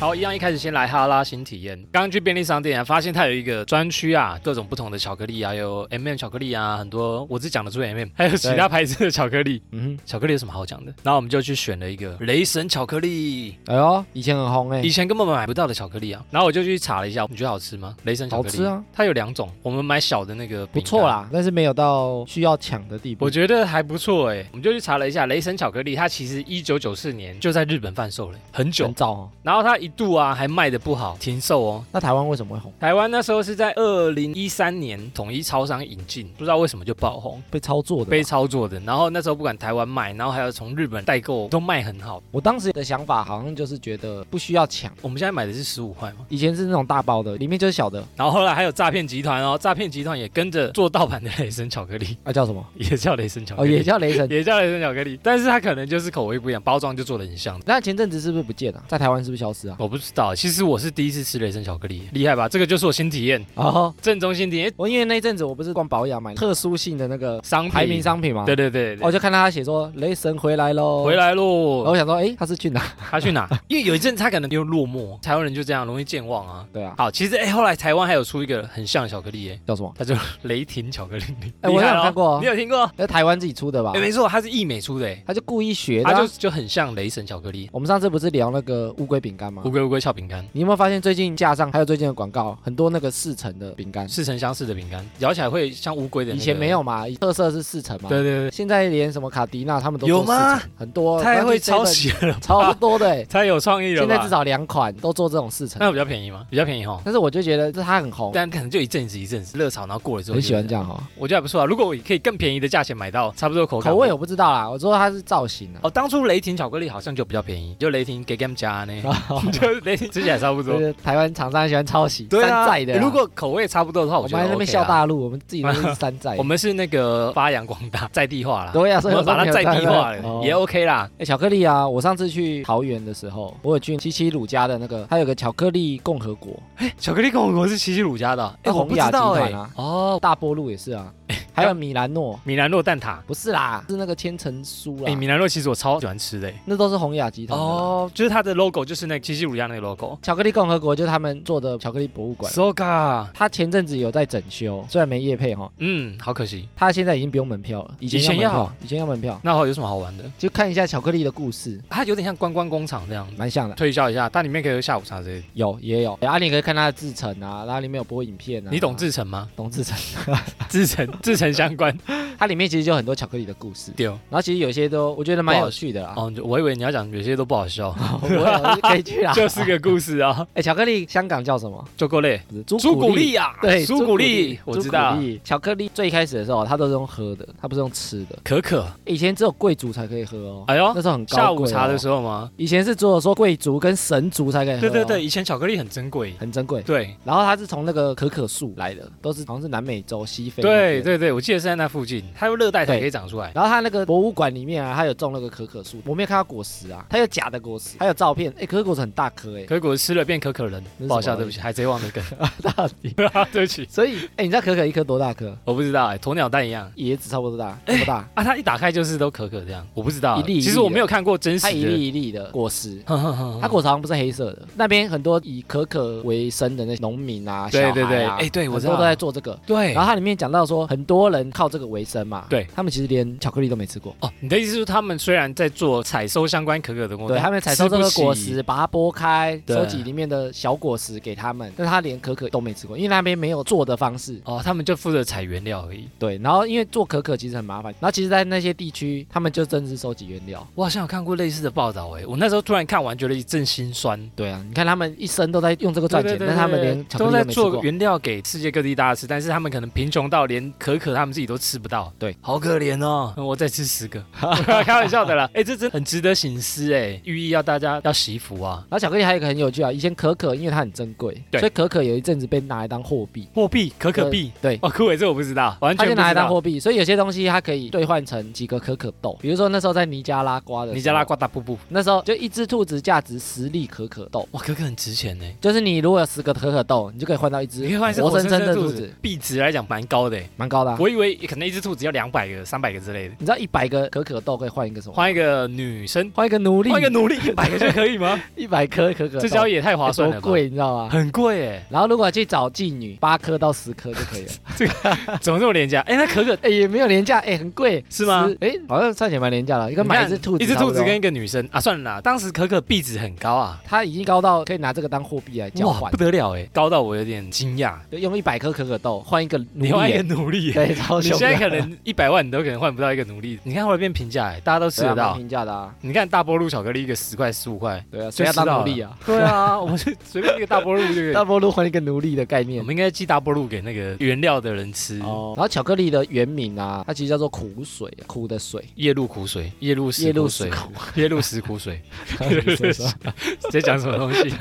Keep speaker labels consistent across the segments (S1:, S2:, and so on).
S1: 好，一样一开始先来哈拉新体验。刚刚去便利商店啊，发现它有一个专区啊，各种不同的巧克力啊，有 M、m 巧克力啊，很多我只讲得出 M、m 还有其他牌子的巧克力。
S2: 嗯
S1: 巧克力有什么好讲的？然后我们就去选了一个雷神巧克力，
S2: 哼，哎呦，以前很红哎、
S1: 以前根本买不到的巧克力啊。然后我就去查了一下，你觉得好吃吗？雷神巧克力
S2: 好吃啊，
S1: 它有两种，我们买小的那个
S2: 不
S1: 饼干
S2: 错。啦，但是没有到需要抢的地步。
S1: 我觉得还不错哎、我们就去查了一下，雷神巧克力它其实一九九四年就在日本贩售了，很久
S2: 很。早哦，
S1: 然后它一度啊还卖的不好，停售哦。
S2: 那台湾为什么会红？
S1: 台湾那时候是在二零一三年统一超商引进，不知道为什么就爆红，
S2: 被操作的
S1: 被
S2: 吧。
S1: 操作的。然后那时候不管台湾卖，然后还有从日本代购都卖很好。
S2: 我当时的想法好像就是觉得不需要抢，
S1: 我们现在买的是十五块嘛，
S2: 以前是那种大包的，里面就是小的，
S1: 然后后来还有诈骗集团哦，诈骗集团也跟着做盗版的雷神巧克力，
S2: 啊叫什么？
S1: 也叫雷神巧克
S2: 哦，
S1: 力，
S2: 也叫雷 神。
S1: 也叫雷神巧克力，但是它可能就是口味不一样，包装就做的很像。
S2: 那前阵子是不是不见了、在台湾是不是消失啊？
S1: 我不知道，其实我是第一次吃雷神巧克力，厉害吧？这个就是我新体验，
S2: 哦，
S1: 正宗新体验，
S2: 我因为那一阵子我不是逛保养买特殊性的那个
S1: 商品
S2: 排名，哦商品嘛，
S1: 对对对，
S2: 我
S1: 对
S2: 就看到他写说雷神回来喽，
S1: 回。来喽
S2: 然后。我想说，哎，他是去哪？
S1: 他去 哪？因为有一阵他可能又落寞，台湾人就这样容易健忘啊。
S2: 对啊，
S1: 好，其实哎、后来台湾还有出一个很像的巧克力、哎，
S2: 叫什么？
S1: 它叫雷霆巧克力。
S2: 哎
S1: 厉
S2: 我
S1: 害
S2: 有
S1: 咯
S2: 看过哦
S1: 你有听过？
S2: 那台湾自己出的吧
S1: 哎、？没错，它是意美出的、哎，
S2: 他就故意学的
S1: 它
S2: 啊。
S1: 就就很像雷神巧克力，
S2: 我们上次不是聊那个乌龟饼干吗
S1: 乌？龟乌龟翘饼干，
S2: 你有没有发现最近架上还有最近的广告，很多那个四层的饼干，
S1: 似曾相识的饼干，咬起来会像乌龟的、
S2: 以前没。有嘛，特色是四层嘛。
S1: 对对
S2: 现在连什么卡迪娜他们都做
S1: 有吗
S2: 四层？很多
S1: 对，太会抄，袭了吧，
S2: 超多 的欸。
S1: 太有创意了
S2: 现
S1: 吧。
S2: 在至少两款都做这种四层，
S1: 那比较便宜吗？比较便宜哈。
S2: 但是我就觉得这它很红，
S1: 但可能就一阵子一阵子热潮，然后过了之后
S2: 很喜欢
S1: 就
S2: 这样哦哈。
S1: 我觉得还不错啊。如果我可以更便宜的价钱买到差不多的口感，
S2: 口味我不知道啦，我说它是造型啊，
S1: 哦，当初雷霆巧克力好像就比较便宜，就雷霆给 game 加 呢，就雷霆吃起来差不
S2: 就
S1: 多。
S2: 是台湾厂商喜欢抄袭山
S1: 啊
S2: 寨的啊。
S1: 如果口味差不多的话，
S2: 我
S1: 觉
S2: 们
S1: 得 OK
S2: 还在那
S1: 啦。
S2: 边笑，大陆，我们自己都是山寨
S1: 我们是那个发扬光大，在地化啦，
S2: 对呀，
S1: 啊我
S2: 所以
S1: 们
S2: 说
S1: 把
S2: 没
S1: 它
S2: 有
S1: 在地化
S2: 在 哦
S1: 了，也 OK 啦。
S2: 哎、巧克力啊！我上次去桃园的时候，我有去七七乳家的那个，它有个巧克力共和国，
S1: 巧克力共和国是奇奇乳家的，哎，
S2: 那
S1: 我
S2: 红
S1: 不
S2: 雅
S1: 知道
S2: 集
S1: 哎
S2: 团啊，
S1: 哦，
S2: 大波路也是啊， 还有米兰诺，
S1: 米兰诺蛋挞，
S2: 不是啦，是那个千层酥啦，
S1: 哎，米兰诺其实我超喜欢吃的，哎
S2: 那都是红雅集团的啦。
S1: 哦，就是它的 logo 就是那个奇奇乳家那个 logo。
S2: 巧克力共和国就是他们做的巧克力博物馆。
S1: Soga，
S2: 它前阵子有在整修，虽然没业配哈，
S1: 嗯，好可惜。
S2: 它现在已经不用门票了，以
S1: 以前
S2: 前要门
S1: 要
S2: 票，以前要门票，
S1: 那有什么好玩的？
S2: 就看一下巧克力的故事，
S1: 它有点像观光工厂这样子，
S2: 蛮像的。
S1: 推销一下，但里面可以有下午茶之类的。
S2: 有也有，然后你可以看它的制成啊，然后里面有播影片啊。
S1: 你懂制成吗？
S2: 懂制成，
S1: 制 成制成相关
S2: 它里面其实就有很多巧克力的故事。
S1: 丢
S2: 然后其实有些都我觉得蛮有趣的啦，
S1: 哦，我以为你要讲有些都不好笑，
S2: 我有可以去啦。
S1: 就是个故事啊，
S2: 哎，巧克力香港叫什么？
S1: 就够累。
S2: 不是 朱
S1: 朱古
S2: 古
S1: 力啊，
S2: 对，
S1: 朱古力，我知道
S2: 朱古，力巧克力最开始的时候，它都是用喝的，它不是用吃的。
S1: 可可，
S2: 以前只有贵族才可以喝哦，
S1: 哎呦
S2: 那，时候很高
S1: 下午
S2: 贵、哦。
S1: 茶的时候吗？
S2: 以前是只有说贵族跟神族才可以喝、
S1: 对
S2: 哦
S1: 对对，，以前巧克力很珍贵，
S2: 很珍贵。
S1: 对
S2: 然后它是从那个可可树来的，都是好像是南美洲、西非。
S1: 对。对对，我记得是在那附近，它有热带才可以长出来。
S2: 然后它那个博物馆里面啊，它有种那个可可树，我没有看到果实啊，它有假的果实，还有照片。哎，可可果实很大颗哎、
S1: 可果吃了变可可人
S2: 那是什，么
S1: 不好笑，
S2: 东西
S1: 对不起，海贼王 的梗，
S2: 到底。
S1: 对不起，
S2: 所以，哎，你知道可可一颗多大颗？
S1: 我不知道，哎，鸵鸟蛋一样
S2: 椰子差不多 大，多大？
S1: 啊，它一打开就是都可可这样，我不知道，
S2: 一粒一粒
S1: 其实我没有看过真实
S2: 它 一
S1: 的，
S2: 粒一粒的果实。它
S1: 它
S2: 果实好像不是黑色的，那边很多以可可为生的那些农民啊，
S1: 对
S2: 小
S1: 对
S2: 孩啊
S1: 对哎对我
S2: 很
S1: 知道
S2: 多都在做这个。
S1: 对
S2: 然后它里面讲到说，很多人靠这个为生嘛，
S1: 对
S2: 他们其实连巧克力都没吃过，
S1: 哦，你的意思是他们虽然在做采收相关可可的工作，
S2: 对他们采收这个果
S1: 吃不
S2: 实，
S1: 起，
S2: 把它剥开，
S1: 对
S2: 收集里面的小果实给他们，但是他连可可都没吃过，因为那边没有做的方式。
S1: 哦，他们就负责采原料而已。
S2: 对，然后因为做可可其实很麻烦，然后其实，在那些地区，他们就真的是收集原料。
S1: 我好像有看过类似的报道，哎，我那时候突然看完觉得一阵心酸。
S2: 对啊，你看他们一生都在用这个赚钱，
S1: 对对对
S2: 但他们
S1: 对
S2: 连巧克
S1: 都
S2: 力都
S1: 在
S2: 没吃
S1: 做
S2: 过。
S1: 原料给世界各地大家吃，但是他们可能贫穷到连可可他们自己都吃不到，
S2: 对，
S1: 好可怜 哦。我再吃十个，开玩笑的啦。哎，这真的很值得省思哎，寓意要大家要惜福啊。
S2: 然后巧克力还有一个很有趣啊，以前可可因为它很珍贵，
S1: 对
S2: 所以可可有一阵子被拿来当货币，
S1: 货币可可币，
S2: 对。
S1: 哦，酷伟这我不知道，完
S2: 它
S1: 全
S2: 就
S1: 不
S2: 拿来
S1: 知
S2: 当
S1: 道。
S2: 货币，所以有些东西它可以兑换成几个可可豆，比如说那时候在尼加拉瓜的时候
S1: 尼加拉瓜大瀑布，
S2: 那时候就一只兔子价值十粒可可豆，
S1: 哇，可可很值钱欸呢。
S2: 就是你如果有十个可可豆，你就可以换到一只
S1: 你可以换成
S2: 活生生
S1: 的
S2: 的兔
S1: 子
S2: 子，，
S1: 币值来讲蛮高的欸。
S2: 蛮高的、啊。
S1: 我以为可能一只兔子要两百个、三百个之类的，
S2: 你知道一百个可可豆可以换一个什么？
S1: 换一个女生，
S2: 换一个奴隶，
S1: 换一个奴隶，一百个就可以吗？
S2: 一百颗可可
S1: 这
S2: 豆
S1: 交易也太划算
S2: 多
S1: 了吧，
S2: 贵，你知 道吗？
S1: 很贵耶，
S2: 然后如果去找妓女，八颗到十颗就 可以了。
S1: 怎么这么廉价？哎，那可可
S2: 哎、也没有廉价，哎、很贵，
S1: 是吗
S2: 十？哎、好像算起来蛮廉价的，一个
S1: 你
S2: 买一
S1: 看
S2: 只兔子，
S1: 一只兔子跟。一个女生啊，算了啦，当时可可币值很高啊，
S2: 它已经高到可以拿这个当货币来交
S1: 哇，
S2: 换
S1: 不，得了哎，高到我有点惊讶。
S2: 就用一百颗可可豆换一个奴
S1: 你换一
S2: 隶
S1: 个
S2: 耶，
S1: 奴隶耶，
S2: 对，超
S1: 你
S2: 凶啊
S1: 现在
S2: 的。
S1: 可能一百万你都可能换不到一个奴隶，你看后来变平价哎，大家都吃
S2: 对啊
S1: 得
S2: 蛮
S1: 到。
S2: 平价的啊，
S1: 你看大波路巧克力一个十块十五块，
S2: 对啊，
S1: 就
S2: 谁要
S1: 吃到
S2: 当
S1: 了
S2: 奴隶啊？
S1: 对啊，我们是随便一个大波路就可以
S2: 大波路换一个奴隶的概
S1: 我
S2: 念。
S1: 们应该寄大波路给那个原料的人吃。
S2: 哦，然后巧克力的原名啊，它其实叫做苦水，苦的水，
S1: 夜路苦水，夜路石
S2: 夜
S1: 苦
S2: 路
S1: 水
S2: 石，苦。
S1: 夜路石苦水，
S2: 你说说
S1: 在讲什么东西？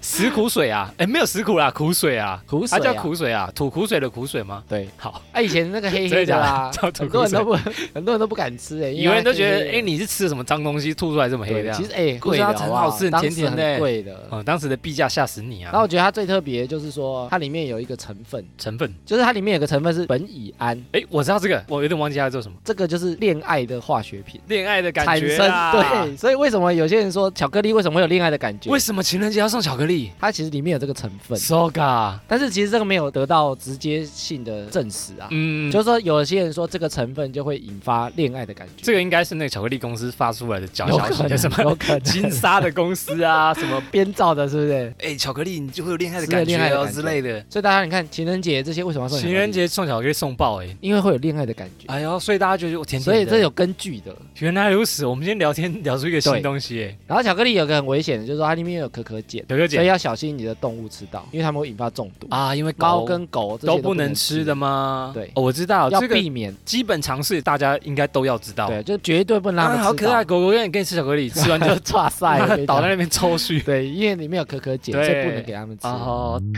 S1: 石苦水啊，哎，没有石苦啦，苦水啊，
S2: 苦水
S1: 它
S2: 啊
S1: 叫苦水啊，吐苦水的苦水吗？
S2: 对，
S1: 好，
S2: 啊，以前那个黑黑的啦，
S1: 真的假的叫
S2: 很多人
S1: 吐
S2: 都
S1: 苦
S2: 不，很多人都不敢吃哎，因为
S1: 有人都觉
S2: 它黑
S1: 得，
S2: 黑的
S1: 哎，你是吃了什么脏东西吐出来这么黑
S2: 对
S1: 的啊？
S2: 其实哎，
S1: 苦
S2: 贵
S1: 水
S2: 的
S1: 它
S2: 好
S1: 很
S2: 不
S1: 好
S2: 好
S1: 吃很
S2: 当时
S1: 甜甜的
S2: 很
S1: 欸
S2: 贵的。
S1: 哦，当时的币价吓死你
S2: 然后
S1: 啊！
S2: 我觉得它最特别就是说，它里面有一个成分，
S1: 成分，
S2: 就是它里面有个成分是苯乙胺，
S1: 哎，我知道这个，我有点忘记它做什么，
S2: 这个就是恋爱的化学品
S1: 恋爱的感
S2: 产
S1: 觉
S2: 生。
S1: 啊
S2: 对，，所以为什么有些人说巧克力为什么会有恋爱的感觉
S1: 为？什么情人节要送巧克力
S2: 它其实里面有这个成分，
S1: ？Soga，
S2: 但是其实这个没有得到直接性的证实啊。
S1: 嗯，
S2: 就是说，有些人说这个成分就会引发恋爱的感觉，
S1: 这个应该是那个巧克力公司发出来的假
S2: 有
S1: 消
S2: 可
S1: 息，
S2: 能，
S1: 什么
S2: 有可
S1: 金
S2: 能
S1: 沙的公司啊，什么
S2: 编造的，是不是？
S1: 哎、巧克力你就会有恋爱的
S2: 是有
S1: 感觉
S2: 恋爱的
S1: 哦
S2: 感
S1: 之
S2: 觉
S1: 类的。
S2: 所以大家你看情人节这些为什么要送？
S1: 情人，节送巧克力送爆哎、
S2: 因为会有恋爱的感觉，
S1: 哎呦，所以大家觉得我甜甜
S2: 所
S1: 的。
S2: 以这有根据的。
S1: 原来如此，我们今天聊天聊出一个新
S2: 对
S1: 东西哎、
S2: 然后巧克力有个很危险的，就是说它里面有可可碱，
S1: 可可
S2: 所以
S1: 姐
S2: 要小心你的动物吃到，因为它们会引发中毒。
S1: 啊，因为
S2: 猫
S1: 狗
S2: 跟狗这些
S1: 都
S2: 不
S1: 不能
S2: 能
S1: 吃的，吗？
S2: 对
S1: 哦我知道
S2: 要
S1: 这个
S2: 避免。
S1: 基本常识，大家应该都要知道。
S2: 对，就绝对不能让它
S1: 啊，
S2: 们
S1: 好可爱，
S2: 吃
S1: 狗狗愿意跟你吃巧克力，吃完 就
S2: 到。哇塞， 我跟你
S1: 倒在
S2: 讲
S1: 那边抽搐。
S2: 对，因为里面有可可碱，
S1: 对
S2: 所以不能给它们吃。
S1: 哦，
S2: 嗯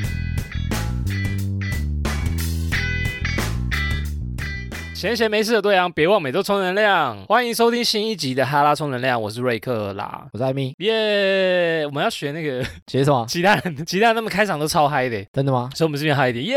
S1: 闲闲没事的对阳，别忘每周充能量。欢迎收听新一集的哈拉充能量，我是瑞克啦。
S2: 我是艾米，
S1: 耶我们要学那个
S2: 写什么？
S1: 其他人，其他人他们开场都超嗨的，
S2: 真的吗？
S1: 所以我们这边嗨一点。耶、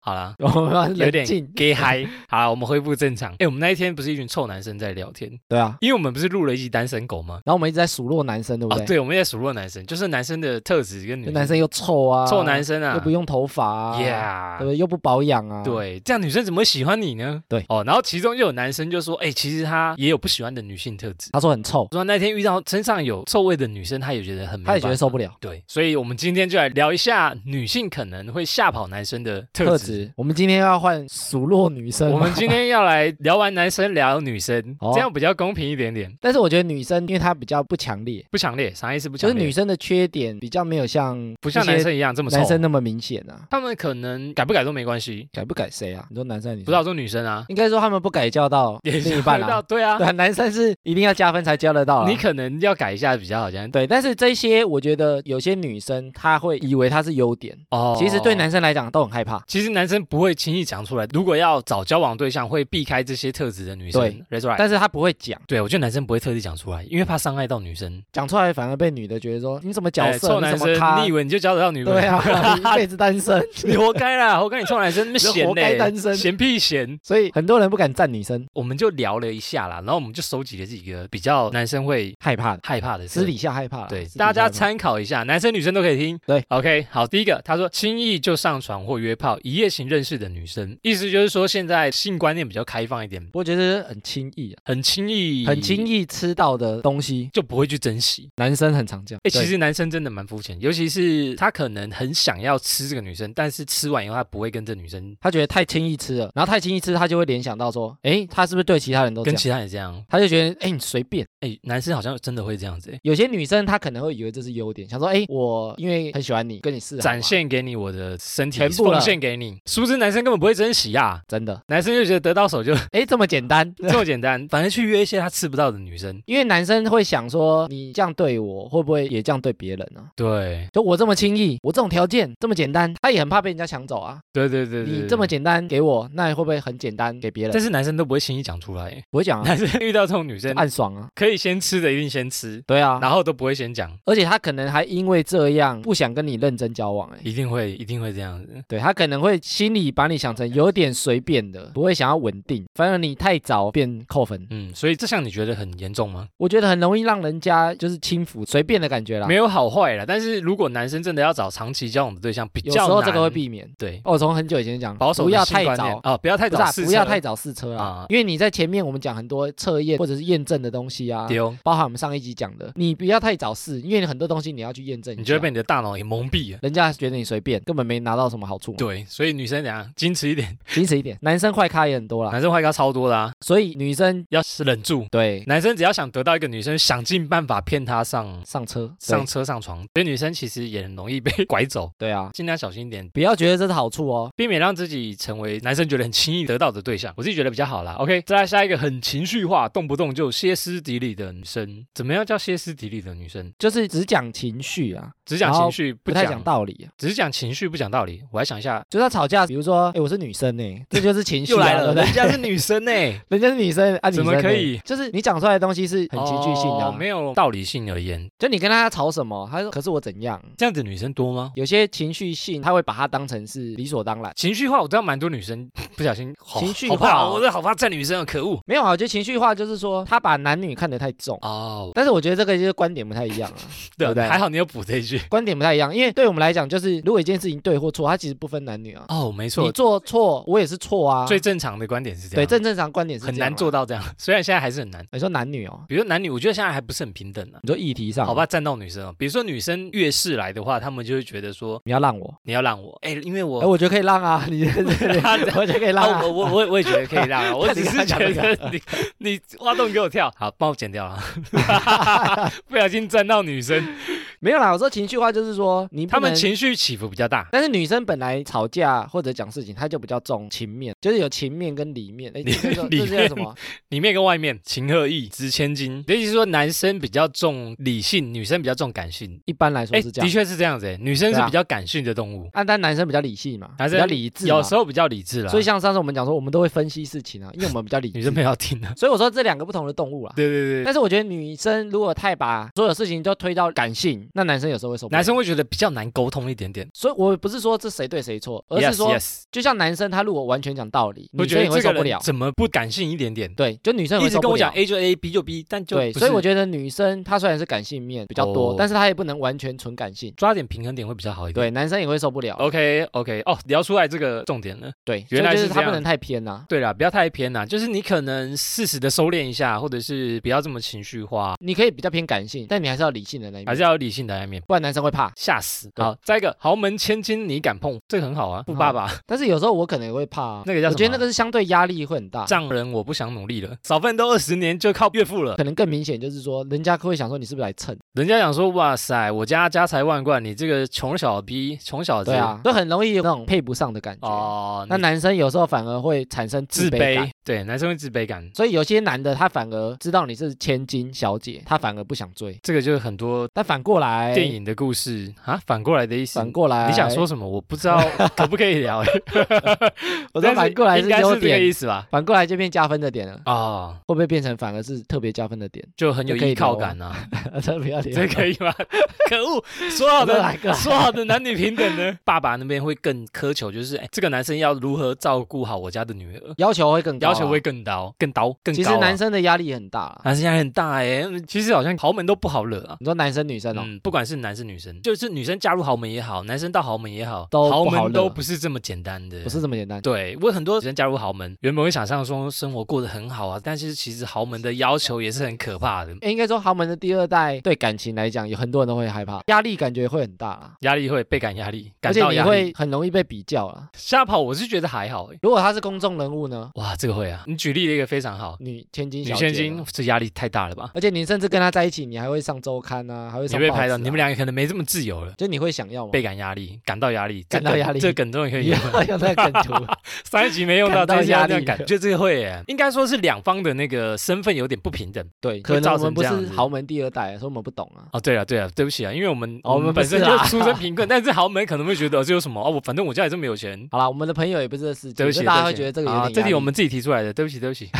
S1: 好啦。
S2: 我们要
S1: 有
S2: 冷
S1: 点
S2: 静。
S1: gay 嗨，好啦，我们恢复正常。哎、我们那一天不是一群臭男生在聊天，
S2: 对啊，
S1: 因为我们不是录了一集单身狗吗？
S2: 然后我们一直在数落男生，对不
S1: 啊，
S2: 对？
S1: 对，我们也在数落男生，就是男生的特质跟女
S2: 就
S1: 生
S2: 男生又臭啊，
S1: 臭男生啊，
S2: 又不用头发啊，
S1: ，Yeah，
S2: 对不对？又不保养啊，。
S1: 对，这样女生怎么会喜欢你呢？
S2: 对
S1: 哦，然后其中又有男生就说，哎、其实他也有不喜欢的女性特质。
S2: 他说很臭，
S1: 说那天遇到身上有臭味的女生，他也觉得很，
S2: 他也觉得受不。了。
S1: 对，所以我们今天就来聊一下女性可能会吓跑男生的特
S2: 特
S1: 质。
S2: 质，我们今天要换数落女生吗。
S1: 我们今天要来聊完男生，聊女生，
S2: 哦
S1: 这样比较公平一点点，
S2: 但是我觉得女生，因为她比较不强烈，
S1: 不强烈，啥意思？不
S2: 就
S1: 强
S2: 是
S1: 烈，
S2: 女生的缺点比较没有像
S1: 不像
S2: 一些
S1: 男生一样这么臭
S2: 男。生那么明显啊。
S1: 他们可能改不改都没关系，
S2: 改不改谁啊？你说男生还是女
S1: 不知
S2: 生？
S1: 道，说女生啊，
S2: 应该说他们不改教到
S1: 也
S2: 另一半
S1: 不知道
S2: 啊。
S1: 对啊
S2: 对，啊，男生是一定要加分才教得到啊。
S1: 你可能要改一下比较好，像
S2: 对，但是这些我觉得有些女生她会以为她是优点，
S1: 哦，
S2: 其实对男生来讲都很害怕。
S1: 其实男生不会轻易讲出来，如果要找交往对象，会避开这些特质的女生。
S2: 对
S1: t h right。
S2: 但是她不会讲，
S1: 对，我觉得男生不会特地讲出来，因为怕伤害到女生。
S2: 讲出来反而被女的觉得说你什么角
S1: 哎
S2: 色，
S1: 臭
S2: 你
S1: 男
S2: 什
S1: 生
S2: 么，咖
S1: 你以，为你就交得到女朋友？
S2: 对啊，你一辈子单 身，
S1: 你活该啦！我跟你臭男生，那么
S2: 你
S1: 闲
S2: 活该
S1: 嘞
S2: 单身
S1: 闲屁闲。
S2: 所以很多人不敢站女生，
S1: 我们就聊了一下啦，然后我们就收集了几个比较男生会
S2: 害怕的，
S1: 害怕的事
S2: 私。底下害怕啦。
S1: 对
S2: 私，底下
S1: 大家
S2: 害怕
S1: 参考一下，男生女生都可以听。
S2: 对
S1: ，OK，好，第一个他说轻易就上床或约炮，一夜情认识的女生，意思就是说现在性观念比较开放一点，
S2: 我觉得很轻易啊，
S1: 很轻易，
S2: 很轻易吃到的东西，
S1: 就不会去珍惜。
S2: 男生很常这样。
S1: 哎、其
S2: 对
S1: 实男生真的蛮肤浅，尤其是他可能很想要吃这个女生，但是吃完以后他不会跟这女生
S2: 他觉得太轻易吃了，然后太轻易吃，他就会联想到说，哎，他是不是对其他人都这
S1: 跟
S2: 样？
S1: 其他人这样。
S2: 他就觉得，哎，你随便。
S1: 哎、男生好像真的会这样子、欸，
S2: 有些女生她可能会以为这是优点，想说，哎，我因为很喜欢你，跟你示好嘛啊
S1: 展现给你我的身体，
S2: 全部了
S1: 奉献给你。殊不知男生根本不会珍惜啊，
S2: 真的，
S1: 男生就觉得得到手就
S2: 哎，这么简单。
S1: 这么简单，反正去约一些他吃不到的女生。
S2: 因为男生会想说，你这样对我，会不会也这样对别人啊呢、
S1: 对，
S2: 就我这么轻易，我这种条件这么简单，他也很怕被人家抢走啊。
S1: 对对对对，
S2: 你这么简单给我，那会不会很简单给别人
S1: 但，是男生都不会轻易讲出来，
S2: 我会讲啊，
S1: 男生遇到这种女生，
S2: 暗爽啊，
S1: 可以先吃的一定先吃，
S2: 对啊，
S1: 然后都不会先讲，
S2: 而且他可能还因为这样不想跟你认真交往、欸，
S1: 一定会一定会这样子。
S2: 对他可能会心里把你想成有点随便的，不会想要稳定，反而你太早变扣分，
S1: 嗯，所以这项你觉得很严重吗？
S2: 我觉得很容易让人家就是轻浮随便的感觉啦
S1: 没。有好坏啦，但是如果男生真的要找长期交往的对象，比
S2: 有
S1: 较
S2: 时候
S1: 难
S2: 这个会避免。
S1: 对
S2: 哦我从很久以前讲，
S1: 保守
S2: 不
S1: 的
S2: 要
S1: 性
S2: 太
S1: 观念
S2: 早。
S1: 啊，不要太
S2: 不是、
S1: 早
S2: 啊
S1: 试，车，
S2: 不要太早试车啊
S1: 啊！
S2: 因为你在前面我们讲很多测验或者是验证的东西啊，
S1: 丢，
S2: 包含我们上一集讲的，你不要太早试，因为很多东西你要去验证一下，
S1: 你就会被你的大脑给蒙蔽了。
S2: 人家觉得你随便，根本没拿到什么好处嘛。
S1: 对，所以女生怎样矜持一点，
S2: 矜持一点，男生坏咖也很多啦，
S1: 男生坏咖超多的啊，
S2: 所以女生
S1: 要是忍住。
S2: 对
S1: 男生只要想得到一个女生，想尽办法骗她上
S2: 上车
S1: 上
S2: 对
S1: 车上床，所以女生其实也很容易被 拐走，
S2: 对啊，
S1: 尽量小心一点，
S2: 不要觉得这是好处哦。
S1: 避免让自己成为男生觉得很轻易得到的对象。我自己觉得比较好啦。OK，再来下一个很情绪化，动不动就歇斯底里的女生，怎么样叫歇斯底里的女生？
S2: 就是只讲情绪啊，
S1: 只讲
S2: 然后
S1: 情绪，不
S2: 不太讲道理啊。
S1: 只是讲情绪不讲道理。我还想一下，
S2: 就是他吵架，比如说，哎，我是女生呢、 这就是情绪、啊，
S1: 又来了，
S2: 对不
S1: 人
S2: 对？
S1: 家是女生呢、
S2: 人家是女生啊，女
S1: 怎
S2: 生
S1: 么
S2: 呢
S1: 可以？
S2: 就是你讲出来的东西是很情绪性的啊、
S1: 哦没有道理性而言，
S2: 就你跟他吵什么，他说可是我怎样？
S1: 这样子女生多吗？
S2: 有些情绪性，他会把它当成是理所当然。
S1: 情绪化，我知道蛮多女生不小心好
S2: 情绪
S1: 好
S2: 化
S1: 怕
S2: 哦
S1: 哦，我这好怕占女生，可恶
S2: 没有啊，我觉得情绪化就是说他把男女看得太重。
S1: 哦。
S2: 但是我觉得这个就是观点不太一样 啊，对
S1: 对
S2: 不对
S1: 还好你有补这一句
S2: 观点不太一样，因为对我们来讲，就是如果一件事情对或错，它其实不分男女啊。
S1: 哦，没
S2: 你
S1: 错，
S2: 做错，我也是错啊。
S1: 最正常的观点是这
S2: 对
S1: 样，
S2: 正正常观点是
S1: 很
S2: 这样
S1: 难
S2: 啊
S1: 做。到这样，虽然现在还是很难。
S2: 你说男女哦，
S1: 比如男女，我觉得现在还不是很平等呢、
S2: 你说议题上，
S1: 好，吧，占到女生哦。比如说女生越是来的话，他们就会觉得说
S2: 你要让我，
S1: 你要让我，哎，因为我
S2: 哎，我觉得可以让啊，你 我觉得可以让
S1: 啊，
S2: 啊
S1: 我。我我我也觉得可以让， 我只是觉
S2: 你看
S1: 得你你挖洞给我跳，好，帮我剪掉了， 不小心沾到女生，
S2: 没有啦，我说情绪化就是说你不
S1: 她们
S2: 能
S1: 情绪起伏比较大。
S2: 但是女生本来吵架或者讲事情，她就比较重情面，就是有情面跟里面。哎，
S1: 里
S2: 这个
S1: 里
S2: 这
S1: 面
S2: 是叫什么？
S1: 里面跟外面情何以值千金，也就是说男生比较重理性，女生比较重感性。
S2: 一般来说
S1: 哎，
S2: 是这样
S1: 的。确是这样子，哎，女生
S2: 对
S1: 是
S2: 啊
S1: 比较感性的动物，
S2: 啊，但男生比较理性嘛，
S1: 男
S2: 比
S1: 生
S2: 较理智嘛，
S1: 有时候比较理智啦。
S2: 啊所以像上次我们讲说，我们都会分析事情啊，因为我们比较理
S1: 女
S2: 智
S1: 生。 没有要 听的。啊
S2: 所以我说这两个不同的动物啦。啊
S1: 对对对，
S2: 但是我觉得女生如果太把所有事情都推到感性，那男生有时候会受不了。
S1: 男，生会觉得比较难沟通一点点，
S2: 所以我不是说这谁对谁错，而
S1: Yes,
S2: 是说
S1: yes
S2: 就像男生他如果完全讲道理，
S1: 我
S2: 女
S1: 觉
S2: 生
S1: 得
S2: 也会
S1: 这
S2: 受
S1: 个
S2: 不
S1: 人
S2: 了。
S1: 怎么不感性一点点，
S2: 对，就女生也
S1: 一
S2: 会
S1: 直
S2: 受
S1: 跟
S2: 不
S1: 我讲
S2: 了。
S1: A 就 A B 就 B，但就
S2: 对，
S1: 不
S2: 所以
S1: 是
S2: 我觉得女生她虽然是感性面比较多，
S1: 哦
S2: 但是她也不能完全纯感性。
S1: 抓点平衡点会比较好一点。
S2: 对，男生也会受不了。
S1: OK OK，哦，聊出来这个重点了。
S2: 对，
S1: 原来
S2: 所以
S1: 是
S2: 就是
S1: 这
S2: 她
S1: 样
S2: 不能太偏啊呐、
S1: 对啦，不要太偏啦，啊就是你可能适时的收敛一下，或者是不要这么情绪化，
S2: 你可以比较偏感性，但你还是要理性的那一
S1: 还
S2: 面，
S1: 是要有理性的那一面。
S2: 不然男生会怕。
S1: 吓死！
S2: 对
S1: 好，再一个，豪门千金你敢碰，这个很好 啊。富爸爸，
S2: 但是有时候我可能也会怕、啊，
S1: 那个叫什么啊
S2: 我觉得那个是相对压力会很大。
S1: 丈人我不想努力了，少奋斗二十年就靠岳父了。
S2: 可能更明显就是说，人家会想说你是不是来蹭？
S1: 人家想说，哇塞，我家家财万贯，你这个穷小逼，穷小子。
S2: 对啊，就很容易有那种配不上的感觉。
S1: 哦，
S2: 那
S1: 你
S2: 男生有时候反而会产生
S1: 自
S2: 卑感
S1: 卑，，对，男生会自卑感，
S2: 所以有些男的他反而知道你是千金小姐，他反而不想追。
S1: 这个就是很多
S2: 但反过来，
S1: 电影的故事啊，反过来的意思。
S2: 反过来，
S1: 你想说什么？我不 知道可不可以聊。
S2: 我
S1: 但
S2: 说反过来
S1: 应
S2: 是
S1: 该
S2: 优
S1: 是这个
S2: 点
S1: 意，思吧？
S2: 反过来就变加分的点了，
S1: 哦，
S2: 会不会变成反而是特别加分的点？
S1: 就很有
S2: 就可以
S1: 依靠
S2: 聊啊
S1: 感 啊，
S2: 这不要 脸，
S1: 这可以吗？可恶，说好
S2: 再
S1: 的
S2: 来个
S1: 说好的男女平等呢？ 爸爸那边会更苛求，就是哎，这个男生要如何照顾好我家的女儿，
S2: 要求会更高啊，
S1: 要求会更高，更高，更高啊。
S2: 其实男生的压力很大啊。
S1: 男生压力很大哎，其实好像豪门都不好惹啊。
S2: 你说男生女生哦，
S1: 嗯，不管是男生女生，就是女生加入豪门也好，男生到豪门也好，
S2: 都不
S1: 豪
S2: 好
S1: 门
S2: 惹
S1: 都不是这么简单的，
S2: 不是这么简单。
S1: 对，我很多人加入豪门，原本会想象说生活过得很好啊，但是其实豪门的要求也是很可怕的，
S2: 诶应该说豪门的第二代对感情来讲，有很多人都会害怕，压力感觉会很大啊。
S1: 压力会倍感压力，
S2: 而
S1: 感
S2: 且
S1: 到
S2: 你
S1: 压力。
S2: 会很容易被比较啊。
S1: 吓跑我是觉得还好诶，欸
S2: 如果他是公众人物呢，
S1: 哇，这个会啊，你举例了一个非常好，
S2: 女千金
S1: 女
S2: 小姐，
S1: 千金，这压力太大了吧？
S2: 而且你甚至跟他在一起，你还会上周刊啊，还会
S1: 你
S2: 上
S1: 被
S2: 报
S1: 拍拍到，
S2: 啊
S1: 你们两个可能没这么自由了。
S2: 就你会想要吗？
S1: 倍感压力，感到压力，这
S2: 感到
S1: 梗
S2: 压力
S1: 这梗终于可以
S2: 你
S1: 用
S2: 要用那个梗图，啊
S1: 三级没用到，
S2: 感到
S1: 但是要
S2: 压
S1: 这样
S2: 力
S1: 感
S2: 了
S1: 觉这个会耶，应该说是两方的那个身份有点不平等。
S2: 对，
S1: 会
S2: 可能
S1: 造
S2: 我们
S1: 成这
S2: 不
S1: 样
S2: 是
S1: 子
S2: 豪门第二代，所以我们不懂啊。
S1: 哦，对了对了，对不起啊，因为我们、
S2: 哦我们
S1: 本
S2: 不
S1: 身
S2: 是
S1: 就
S2: 啦
S1: 出身贫困，但是豪门可能会觉得哦这有什么哦，我反正我家也这么有钱。
S2: 好啦，我们的朋友也不是这世
S1: 对不
S2: 界，
S1: 起，
S2: 所以大
S1: 对
S2: 家会
S1: 不起
S2: 觉得这个有
S1: 啊
S2: 点
S1: 这
S2: 压
S1: 里
S2: 力。
S1: 我们自己提出来的，对不起对不 起，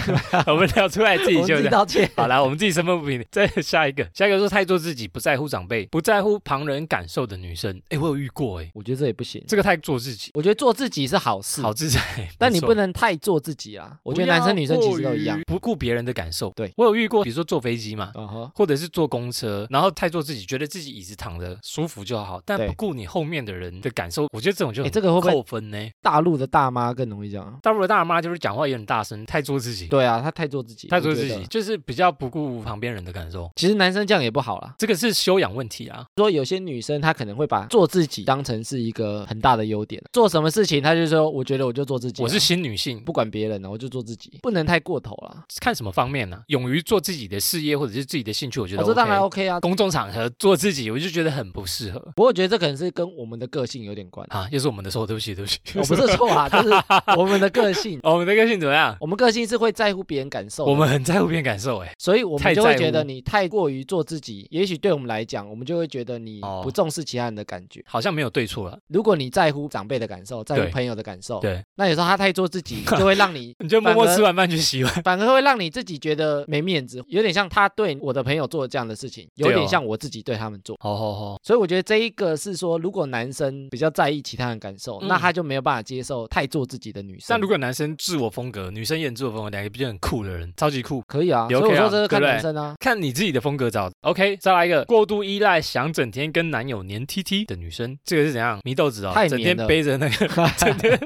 S1: 我们聊出来自己
S2: 我们
S1: 就
S2: 自
S1: 这
S2: 己
S1: 样。
S2: 道歉。
S1: 好来，我们自己身份不平等。 再下一个，下一个说太做自己，不在乎长辈，不在乎旁人感受的女生。哎，我有遇过哎，
S2: 我觉得这也不行。
S1: 这个太做自己，
S2: 我觉得做自己是好事，
S1: 好自在。
S2: 但你
S1: 错
S2: 不能太做自己啦。我觉得男生女生其实都一样。，
S1: 不顾别人的感受。
S2: 对
S1: 我有遇过，比如说坐飞机嘛。
S2: 嗯哼，
S1: 或者是坐公车，然后太做自己，觉得自己椅子躺着舒服就好，但
S2: 对
S1: 不顾你后面的人的感受，我觉得这种就
S2: 哎，
S1: 很
S2: 这个会不会
S1: 啊扣分呢。
S2: 大陆的大妈更容易这样？
S1: 大陆的大妈就是讲话也很大声，太做自己，
S2: 对啊，她太做自己，
S1: 太做
S2: 我觉
S1: 自
S2: 得
S1: 己，。就是比较不顾旁边人的感受，
S2: 其实男生这样也不好啦。
S1: 这个是修养问题啊。
S2: 说有些女生她可能会把做自己当成是一个很大的优点，做什么事情她就说我觉得我就做自己啊，
S1: 我是新女性，
S2: 不管别人了，我就做自己，不能太过头啦。
S1: 看什么方面呢、勇于做自己的事业或者是自己的兴趣，我觉
S2: 我
S1: 得
S2: 这
S1: OK。
S2: 当然 OK 啊，
S1: 公众场合做自己，我就觉得很不适合
S2: 不过我觉得这可能是跟我们的个性有点 关。
S1: 啊。又是我们的错，对不起，对不起，，
S2: 我不是错啊，就是我们的个性
S1: 哦我们的个性怎么样？
S2: 我们个性是会在乎别人感受的，
S1: 我们很在乎别人感受，哎，
S2: 所以我
S1: 太
S2: 们就会
S1: 在
S2: 觉得
S1: 乎
S2: 你太过于做自己，也许对我们来讲，我们就会觉得你
S1: 哦
S2: 不重视其他人的感觉。
S1: 好像没有对错了，
S2: 如果你在乎长辈的感受，在
S1: 对
S2: 乎朋友的感受，
S1: 对，
S2: 那有时候他太做 自己，就会让你
S1: 你就默默
S2: 哦反而
S1: 吃完饭去洗碗，
S2: 反而会让你自己觉得没面子，有点像他对我的朋友做的这样的事情，有
S1: 对哦
S2: 点像我自己对他们做。
S1: 好好好，
S2: 所以我觉得这一个是说，如果男生比较在意其他人感受，
S1: 嗯
S2: 那他就没有办法接受太做自己的女生
S1: 但。如果男生自我风格，女生也很自我风格，两个毕竟很酷的人，超级酷。
S2: 可以啊，
S1: 也
S2: 所以我
S1: OK 啊
S2: 说这是
S1: 对
S2: 看
S1: 不对
S2: 男 生啊，
S1: 看你自己的风格找。OK，再来一个过度依赖、想整天跟男友黏 TT 的女生，这个是怎样？迷豆子哦，
S2: 太黏
S1: 整天
S2: 了
S1: 背着那 个，整天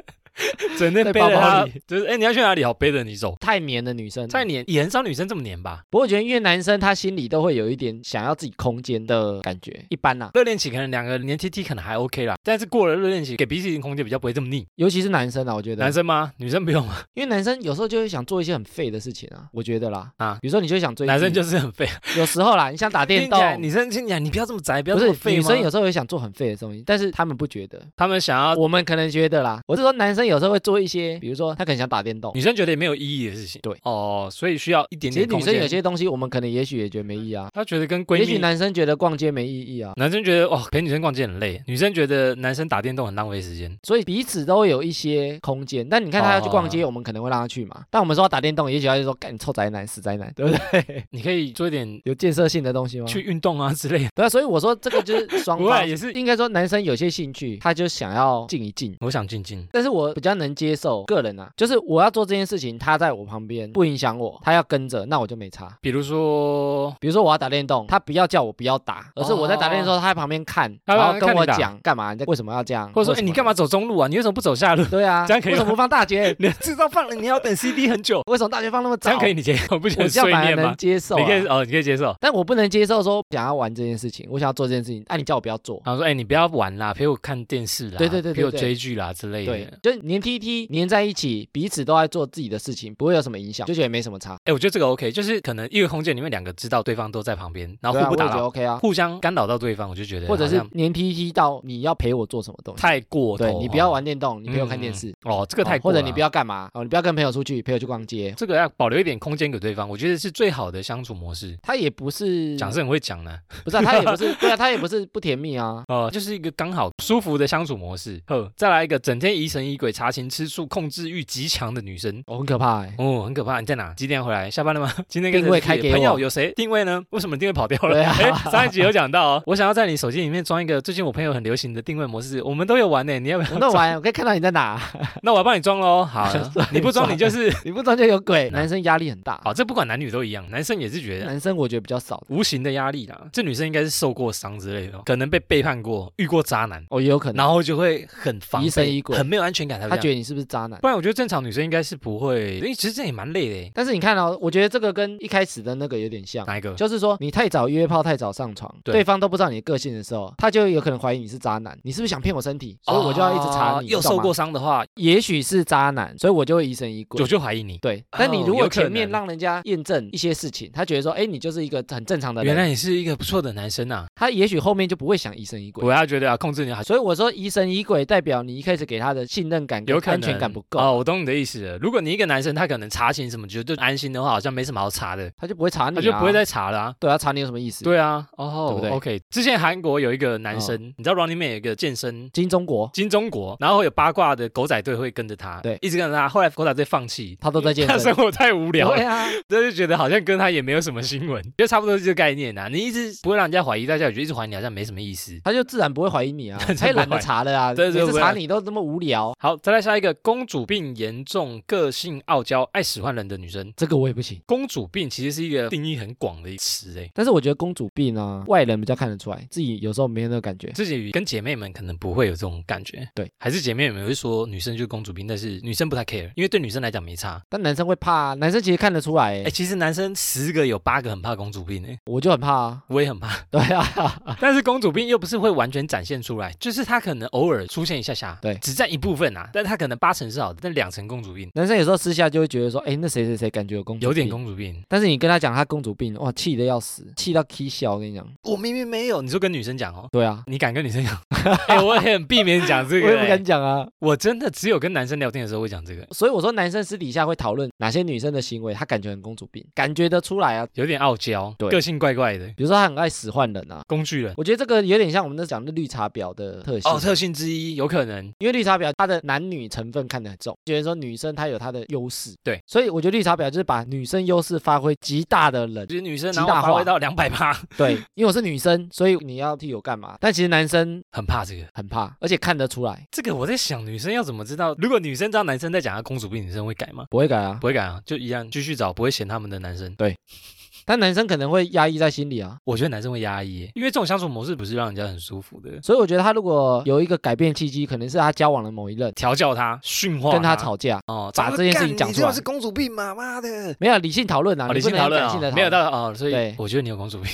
S1: 整天
S2: 在
S1: 背着
S2: 包包
S1: 他
S2: 里，嗯
S1: 就是哎、你要去哪里？好，背着你走。
S2: 太黏的女生。
S1: 再黏也很少女生这么黏吧？
S2: 不过我觉得，因为男生他心里都会有一点想要自己空间的感觉，一般啦、啊
S1: 热恋期可能两个黏 TT 可能还 OK 啦，但是过了热恋期，给彼此一定空间，比较不会这么腻。
S2: 尤其是男生啊，我觉得
S1: 男生吗？女生不用吗？
S2: 因为男生有时候就会想做一些很废的事情啊，我觉得啦，
S1: 啊
S2: 啊，比如说你就会想追剧，
S1: 男生就是很废。
S2: 有时候啦，你想打 电
S1: 听起来
S2: 动，
S1: 女生听起来你不要这么宅，不要
S2: 不
S1: 这么
S2: 是
S1: 废
S2: 女
S1: 吗啊
S2: 生有时候也想做很废的东西，但是他们不觉得，
S1: 他们想要
S2: 我们可能觉得啦，我是说男生有时候会做一些，比如说他可能想打电动。
S1: 女生觉得也没有意义的事情。
S2: 对
S1: 哦，所以需要一点
S2: 其实
S1: 点空
S2: 女
S1: 间。
S2: 生有些东西，我们可能也许也觉得没意义啊，
S1: 她觉得跟
S2: 也
S1: 闺
S2: 许
S1: 蜜。
S2: 男生觉得逛街没意义啊，
S1: 男生觉得哦陪女生逛街很累，女生觉得男生打电动很浪费时间。
S2: 所以彼此都有一些空间。但你看他要去逛
S1: 哦
S2: 街，我们可能会让他去嘛。但我们说要打电动，也许他就说干你臭宅男、死宅男，对不对？
S1: 你可以做一点
S2: 有建设性的东西吗？
S1: 去运动啊之类的。
S2: 对啊，所以我说这个就是 双
S1: 不会啊
S2: 方
S1: 也是
S2: 应该说男生有些兴趣，他就想要静一静。
S1: 我想静静，
S2: 但是我比较能接受个人啊，就是我要做这件事情，他在我旁边不影响我，他要跟着，那我就没差。
S1: 比如说
S2: 比如说我要打电动，他不要叫我不要打，而是我在打电动的时候，他在旁边看，
S1: 哦他在
S2: 然
S1: 旁
S2: 后
S1: 边
S2: 跟
S1: 看
S2: 我
S1: 你打
S2: 讲干嘛，你在为什么要这样，
S1: 或者说，哎、
S2: 为什么
S1: 你干嘛？走中路啊？你为什么不走下路？
S2: 对啊，
S1: 这样可以
S2: 为什
S1: 吗？
S2: 么不放大街
S1: 你制造放了，你要等 CD 很久，
S2: 为什么大学放那么
S1: 这
S2: 早？
S1: 样可以，理解？ 我不觉
S2: 我
S1: 得
S2: 这样
S1: 碎
S2: 反而
S1: 念
S2: 能
S1: 吗？
S2: 接受、
S1: 你
S2: 啊
S1: 可。以哦，你可以接受。
S2: 但我不能接受说想要玩这件事情，我想要做这件事情，哎、你叫我不要做，
S1: 然后说，哎、你不要玩啦，陪我看电视啦，
S2: 对对对对
S1: 陪我
S2: 对
S1: 追剧啦之类的。
S2: 对，就是黏 T T 黏在一起，彼此都在做自己的事情，不会有什么影响，就觉得没什么差。
S1: 哎、我觉得这个 OK，就是可能一个空间里面两个知道对方都在旁边，然后
S2: 对啊，
S1: 互
S2: 我
S1: 不
S2: 也
S1: 打
S2: 觉得
S1: 扰，
S2: OK 啊，
S1: 互相干扰到对方，我就觉得
S2: 或者
S1: 好
S2: 是
S1: 像
S2: 黏 T T 到你要陪我做什么东西，
S1: 太过头。啊
S2: 对你不要，玩电动，你陪我看电
S1: 嗯
S2: 视，
S1: 哦，这个太
S2: 哦
S1: 过
S2: 或
S1: 了啊、
S2: 者你不要干嘛哦，你不要跟朋友出去，陪我去逛街，
S1: 这个要保留一点空间给对方，我觉得是最好的相处模式。
S2: 他也不 是
S1: 讲是很会讲呢，
S2: 不是、啊、他也不是对啊，他也不是不甜蜜啊。
S1: 哦、就是一个刚好舒服的相处模式。呵，再来一个整天疑神疑鬼、查寝吃素、控制欲极强的女生。
S2: 哦，很可怕 哎、
S1: 哦，很可怕！你在哪？几点回来？下班了吗？ 今天跟
S2: 定位
S1: 谁出去
S2: 开给
S1: 朋友
S2: 我
S1: 有谁定位呢？为什么定位跑掉了？
S2: 对啊
S1: 哎、上一集有讲到哦，我想要在你手机里面装一个最近我朋友很流行的定位模式，我们都有玩呢。你要不 要？
S2: 我弄完，我可以看到你在哪，
S1: 那我要帮你装喽。好，你不装你就是
S2: 你不装就有 鬼。
S1: 哪
S2: 男生压力很大，
S1: 好，这不管男女都一样，男生也是觉得
S2: 男生我觉得比较少，
S1: 无形的压力啦。这女生应该是受过伤之类的哦，可能被背叛过，遇过渣男，
S2: 哦，也有可能。
S1: 然后就会很防备
S2: 疑神疑鬼
S1: 很没有安全感，才会
S2: 他
S1: 这
S2: 觉
S1: 样。
S2: 得你是不是渣男。
S1: 不然我觉得正常女生应该是不会，因为其实这样也蛮累的耶。
S2: 但是你看哦，我觉得这个跟一开始的那个有点像，
S1: 哪一个？
S2: 就是说你太早约炮、太早上床，
S1: 对
S2: 对方都不知道你的个性的时候，他就有可能怀疑你是渣男，你是不是想骗我身体？所以我就要一直查
S1: 哦
S2: 你，
S1: 又
S2: 你懂
S1: 受
S2: 吗
S1: 过，伤的话，
S2: 也许是渣男，所以我就会疑神疑鬼
S1: 我。就怀疑你。
S2: 对，但你
S1: 哦
S2: 如
S1: 有
S2: 果
S1: 可
S2: 前面
S1: 能
S2: 让人家验证一些事情，他觉得说，哎，你就是一个很正常的
S1: 原
S2: 人，
S1: 来你是一个不错的男生啊！
S2: 他也许后面就不会想疑神疑鬼。
S1: 我要觉得啊，控制你好，
S2: 所以我说疑神疑鬼，代表你一开始给他的信任感跟
S1: 有可能
S2: 安全感不够，
S1: 哦，我懂你的意思了。如果你一个男生，他可能查寝什么，觉得就安心的话，好像没什么好查的，
S2: 他就不会查你、
S1: 他
S2: 啊，
S1: 就不会再查了啊。
S2: 对他查你有什么意思？，
S1: 对啊，哦
S2: 对不对嗯
S1: o k 之前韩国有一个男生，你知道 Running Man 有一个健身。
S2: 金中国
S1: 金钟国，然后有八卦的狗仔队会跟着他，
S2: 对
S1: 一直跟着他。后来狗仔队放弃，
S2: 他 都在健
S1: 他
S2: 身
S1: 生。活太无聊
S2: 对
S1: 了，
S2: 啊，
S1: 他就觉得好像跟他也没有什么新闻，就差不多是这个概念啊。你一直不会让人家怀疑，大家也觉得一直怀疑你好像没什么意思。
S2: 他就自然不会怀 疑你啊，
S1: 自然
S2: 他也懒
S1: 不会
S2: 得查了啊，
S1: 对对
S2: 每
S1: 不
S2: 次
S1: 会
S2: 查你都这么无聊，
S1: 好，再来下一个，公主病严重、个性傲娇、爱使唤人的女生。
S2: 这个我也不行。
S1: 公主病其实是一个定义很广的一词欸诶，
S2: 但是我觉得公主病啊，外人比较看得出来，自己有时候没有那个感觉。
S1: 自己跟姐妹们可能不会有这种感觉，
S2: 对，
S1: 还是姐妹们会说女生就是公主病，但是女生不太 care，因为对女生来讲没差。
S2: 但男生会怕、啊，男生其实看得出来、
S1: 哎、其实男生十个有八个很怕公主病诶，
S2: 我就很怕 啊。
S1: 我也很怕，
S2: 对啊，
S1: 但是公主病又不是会完全展现出来，就是她可能偶尔出现一下下，
S2: 对
S1: 只占一部分啊，但她可能八成是好的，但两成公主病，
S2: 男生有时候私下就会觉得说，哎，那谁谁谁感觉有公主病，
S1: 有点。公主病。
S2: 但是你跟他讲他公主病，哇，气得要死，气到 k 笑。我跟你讲，
S1: 我明明没有，你说跟女生讲哦。
S2: 对啊，
S1: 你敢跟女生 讲？哎、我也很避免讲这
S2: 我
S1: 个、
S2: 也不
S1: 哎
S2: 敢讲啊。
S1: 我真的只有跟男生聊天的时候会讲这个，
S2: 所以我说，男生私底下会讨论哪些女生的行为，他感觉很公主病，感觉得出来啊。
S1: 有点傲娇，
S2: 对
S1: 个性怪怪的，
S2: 比如说他很爱使唤人啊，
S1: 工具人。
S2: 我觉得这个有点像我们那讲的绿茶婊的特性。
S1: 哦，特性之一有可能，
S2: 因为绿茶婊它的男女成分看得很重，觉得说女生她有她的优势，
S1: 对，
S2: 所以我觉得绿茶婊就是把女生优势发挥极大的人，
S1: 就是女生
S2: 极
S1: 然
S2: 大
S1: 后发挥
S2: 化
S1: 到两百八，
S2: 对，因为我是女生，所以你要替我干嘛？但其实男生
S1: 很怕这个。
S2: 很怕，而且看得出来，
S1: 这个我在想，女生要怎么知道？如果女生知道男生在讲她公主病，女生会改吗？
S2: 不会改啊
S1: 不，会改啊，就一样继续找不会嫌他们的男生。
S2: 但男生可能会压抑在心里啊，
S1: 我觉得男生会压抑耶，因为这种相处模式不是让人家很舒服的。
S2: 所以我觉得他如果有一个改变契机，可能是他交往了某一任，
S1: 调教他，驯化，
S2: 跟他，吵架，
S1: 哦，早
S2: 把
S1: 就
S2: 这件事
S1: 干
S2: 情讲
S1: 你
S2: 出
S1: 就
S2: 来
S1: 是公主病嘛，妈的！
S2: 没有理性讨论啊，
S1: 哦，理
S2: 你不
S1: 性
S2: 能
S1: 讨论
S2: 感
S1: 啊
S2: 性的，
S1: 没有到哦，所以
S2: 对
S1: 我觉得你有公 主病，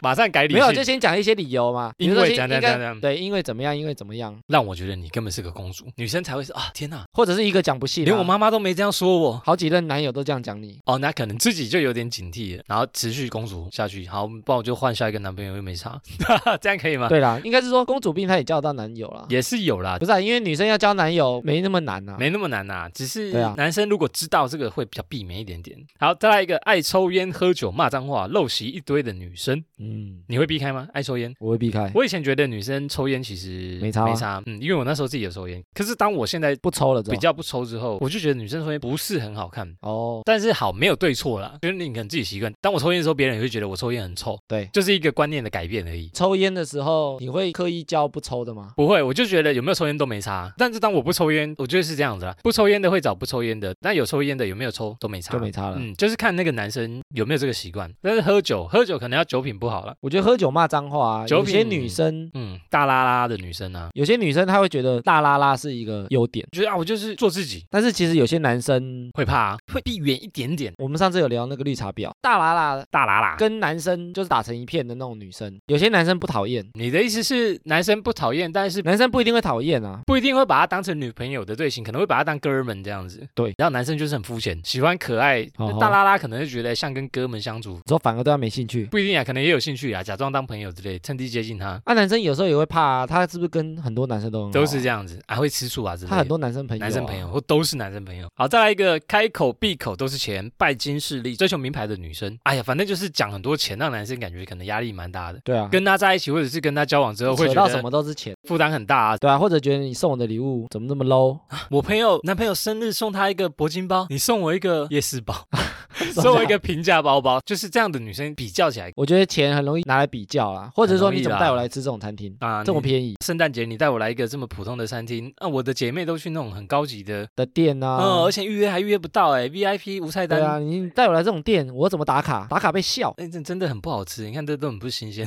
S1: 马上改理
S2: 没有，就
S1: 性，
S2: 先讲一些理由嘛，比
S1: 因
S2: 如说
S1: 为
S2: 先
S1: 讲
S2: 应
S1: 讲讲
S2: 该
S1: 讲，
S2: 对，因为怎么样，因为怎么样，
S1: 让我觉得你根本是个公主，女生才会说啊，天哪，
S2: 或者是一个讲不信啊，
S1: 连我妈妈都没这样说我。
S2: 好几任男友都这样讲你，
S1: 哦，那可能自己就有点警惕了，然后持续公主下去。好，不然我就换下一个男朋友又没差， 这样可以吗？
S2: 对啊啦，应该是说公主病她也交得到男友啦。
S1: 也是有啦
S2: 不，是啊，因为女生要交男友没那么难啊。
S1: 没那么难呐、只是
S2: 对啊
S1: 男生如果知道这个会比较避免一点点。好，再来一个爱抽烟、喝酒、骂脏话、陋习一堆的女生，
S2: 嗯，
S1: 你会避开吗？爱抽烟？
S2: 我会避开，
S1: 我以前觉得女生抽烟其实
S2: 没差吗啊
S1: 没差，嗯，因为我那时候自己有抽烟。可是当我现在
S2: 不抽了之后。
S1: 比较不抽之后，我就觉得女生抽烟不是很好看。
S2: 哦，
S1: 但是好，没有对错啦，就是你可能自己习惯。当我抽烟的时候，别人也会觉得我抽烟很臭，
S2: 对，
S1: 就是一个观念的改变而已。
S2: 抽烟的时候你会刻意交不抽的吗？
S1: 不会，我就觉得有没有抽烟都没差。但是当我不抽烟，我觉得是这样子啦，不抽烟的会找不抽烟的，但有抽烟的有没有抽都没差，
S2: 就没差了。
S1: 嗯，就是看那个男生有没有这个习惯。但是喝酒，喝酒可能要酒品不好了。
S2: 我觉得喝酒骂脏话、啊，
S1: 酒
S2: 有些
S1: 品
S2: 女生，
S1: 嗯，大拉拉的女生啊，
S2: 有些女生她会觉得大拉拉是一个优点，
S1: 觉得啊，我就是做自己，
S2: 但是其实有些男生，
S1: 会怕、啊，会避远一点点。
S2: 我们上次有聊那个绿茶婊，大拉拉
S1: 大拉拉，
S2: 跟男生就是打成一片的那种女生，有些男生不讨厌，
S1: 你的意思是男生不讨厌，但是
S2: 男生不一定会讨厌啊。
S1: 不一定会把她当成女朋友的队形，可能会把她当哥们这样子。
S2: 对，
S1: 然后男生就是很肤浅，喜欢可爱
S2: 哦吼
S1: 大拉拉，可能就觉得像跟哥们相处，
S2: 你说反而对他没兴趣，
S1: 不一定啊，可能也有兴趣啊，假装当朋友之类，趁机接近他，
S2: 啊，男生有时候也会怕、啊，他是不是跟很多男生都很好啊
S1: 都是这样子，还、会吃醋啊之类
S2: 他
S1: 的
S2: 很。多男生朋友、
S1: 男生朋友，或都是男生朋友。好，再来一个，开口闭口都是钱，拜金势利，追求名牌的女生。哎呀，反正就是讲很多钱，让男生感觉可能压力蛮大的。
S2: 对啊，
S1: 跟他在一起，或者是跟他交往之后，会
S2: 扯
S1: 觉
S2: 到什
S1: 得
S2: 么都是钱，
S1: 负担很大啊。
S2: 对啊，或者觉得你送我的礼物 怎么那么 low，
S1: 我朋友男朋友生日送他一个铂金包，你送我一个夜市包， 作为一个平价包包，就是这样的女生比较起来
S2: 我觉得钱很容易拿来比较啦，或者说
S1: 很容易
S2: 你怎么
S1: 啦
S2: 带我来吃这种餐厅，
S1: 啊，
S2: 这么
S1: 你
S2: 便宜
S1: 圣诞节你带我来一个这么普通的餐厅，那、我的姐妹都去那种很高级的，
S2: 的店
S1: 嗯、
S2: 啊
S1: 而？且预约还预约不到哎、v i p 无菜单。
S2: 对啊，你你带我来这种店，我怎么打卡？打卡 被笑，
S1: 哎，这真的很不好吃，你看这都很不新 鲜。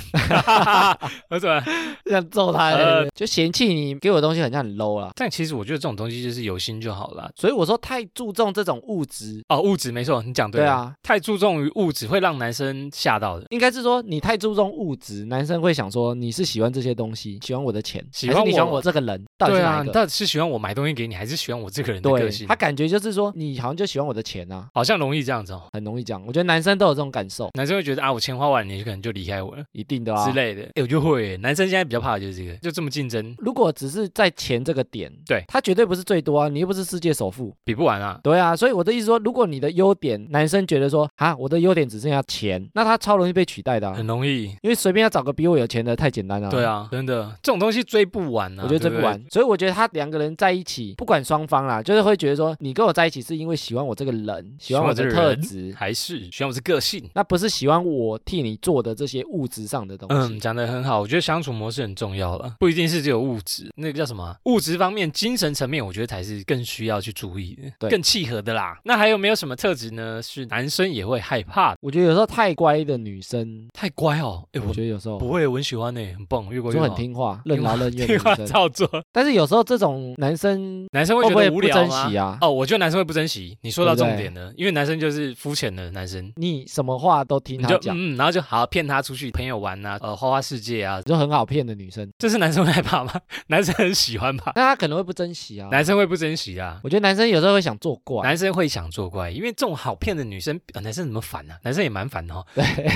S1: 我怎么？
S2: 想揍他，
S1: 呃
S2: 就嫌弃你给我的东西很像很 low 啦。
S1: 但其实我觉得这种东西就是有心就好了。
S2: 所以我说太注重这种物质，
S1: 哦，物质没错，你讲对
S2: 对
S1: 了。
S2: 啊，
S1: 太注重于物质会让男生吓到的。
S2: 应该是说你太注重物质，男生会想说你是喜欢这些东西，喜欢我的钱，
S1: 喜
S2: 还是
S1: 欢
S2: 你喜欢
S1: 我
S2: 我这个人，到底是
S1: 对
S2: 哪
S1: 啊，
S2: 一
S1: 你
S2: 个？
S1: 到底是喜欢我买东西给你，还是喜欢我这个人的个
S2: 对，
S1: 性
S2: 他？感觉就是说你好像就喜欢我的钱啊，
S1: 好像容易这样子哦。
S2: 很容易讲。我觉得男生都有这种感受，
S1: 男生会觉得啊，我钱花完，你可能就离开我了、
S2: 一定的啊
S1: 之。类的。哎，我就会耶，男生现在比较怕的就是这个，就这么竞争，
S2: 如果只是在钱这个点，
S1: 对
S2: 他绝对不是最多啊，你又不是世界首富，
S1: 比不完啊。
S2: 对啊。所以我的意思说，如果你的优点，男生觉得说啊，我的优点只剩下钱，那他超容易被取代的、啊
S1: 很，容易，
S2: 因为随便要找个比我有钱的太简单了、
S1: 嗯对。啊，真的，这种东西追不完啊，
S2: 我觉得
S1: 对
S2: 追不
S1: 对
S2: 完，。所以我觉得他两个人在一起，不管双方啦，就是会觉得说，你跟我在一起是因为喜欢我这个人，喜欢我的
S1: 喜欢我这
S2: 特
S1: 个人
S2: 质，
S1: 还是喜欢我是个性。
S2: 那不是喜欢我替你做的这些物质上的东
S1: 嗯，
S2: 西。
S1: 讲得很好，我觉得相处模式很重要了，不一定是只有物质，那个叫什么啊物质方面，精神层面，我觉得才是更需要去注意的，
S2: 对
S1: 更契合的啦。那还有没有什么特质呢？是男生也会害怕的？
S2: 我觉得有时候太乖的女生，
S1: 太乖哦，哎，
S2: 我
S1: 我
S2: 觉得有时候
S1: 不会，我很喜欢呢，很棒，越乖越
S2: 就
S1: 好，
S2: 很听话、任劳任怨 的
S1: 听话
S2: 女生，
S1: 照做。
S2: 但是有时候这种男生
S1: 男生会
S2: 会
S1: 觉
S2: 不会
S1: 得无
S2: 不
S1: 聊
S2: 珍
S1: 吗
S2: 惜？啊？
S1: 哦，我觉得男生会不珍惜。你说到
S2: 对不
S1: 重
S2: 对
S1: 点了，因为男生就是肤浅的男生，
S2: 你什么话都听
S1: 你
S2: 他
S1: 就
S2: 讲，
S1: 嗯，然后就好骗他出去朋友玩啊，呃，花花世界啊，
S2: 就很好骗的女生，
S1: 这是男生会害怕吗？ 男生很喜欢吧？
S2: 但他可能会不珍惜啊。
S1: 男生会不珍惜啊？
S2: 我觉得男生有时候会想作怪，
S1: 男生会想作怪，因为这种好骗的女生，呃、男生怎么烦呢、啊？男生也蛮烦的哦，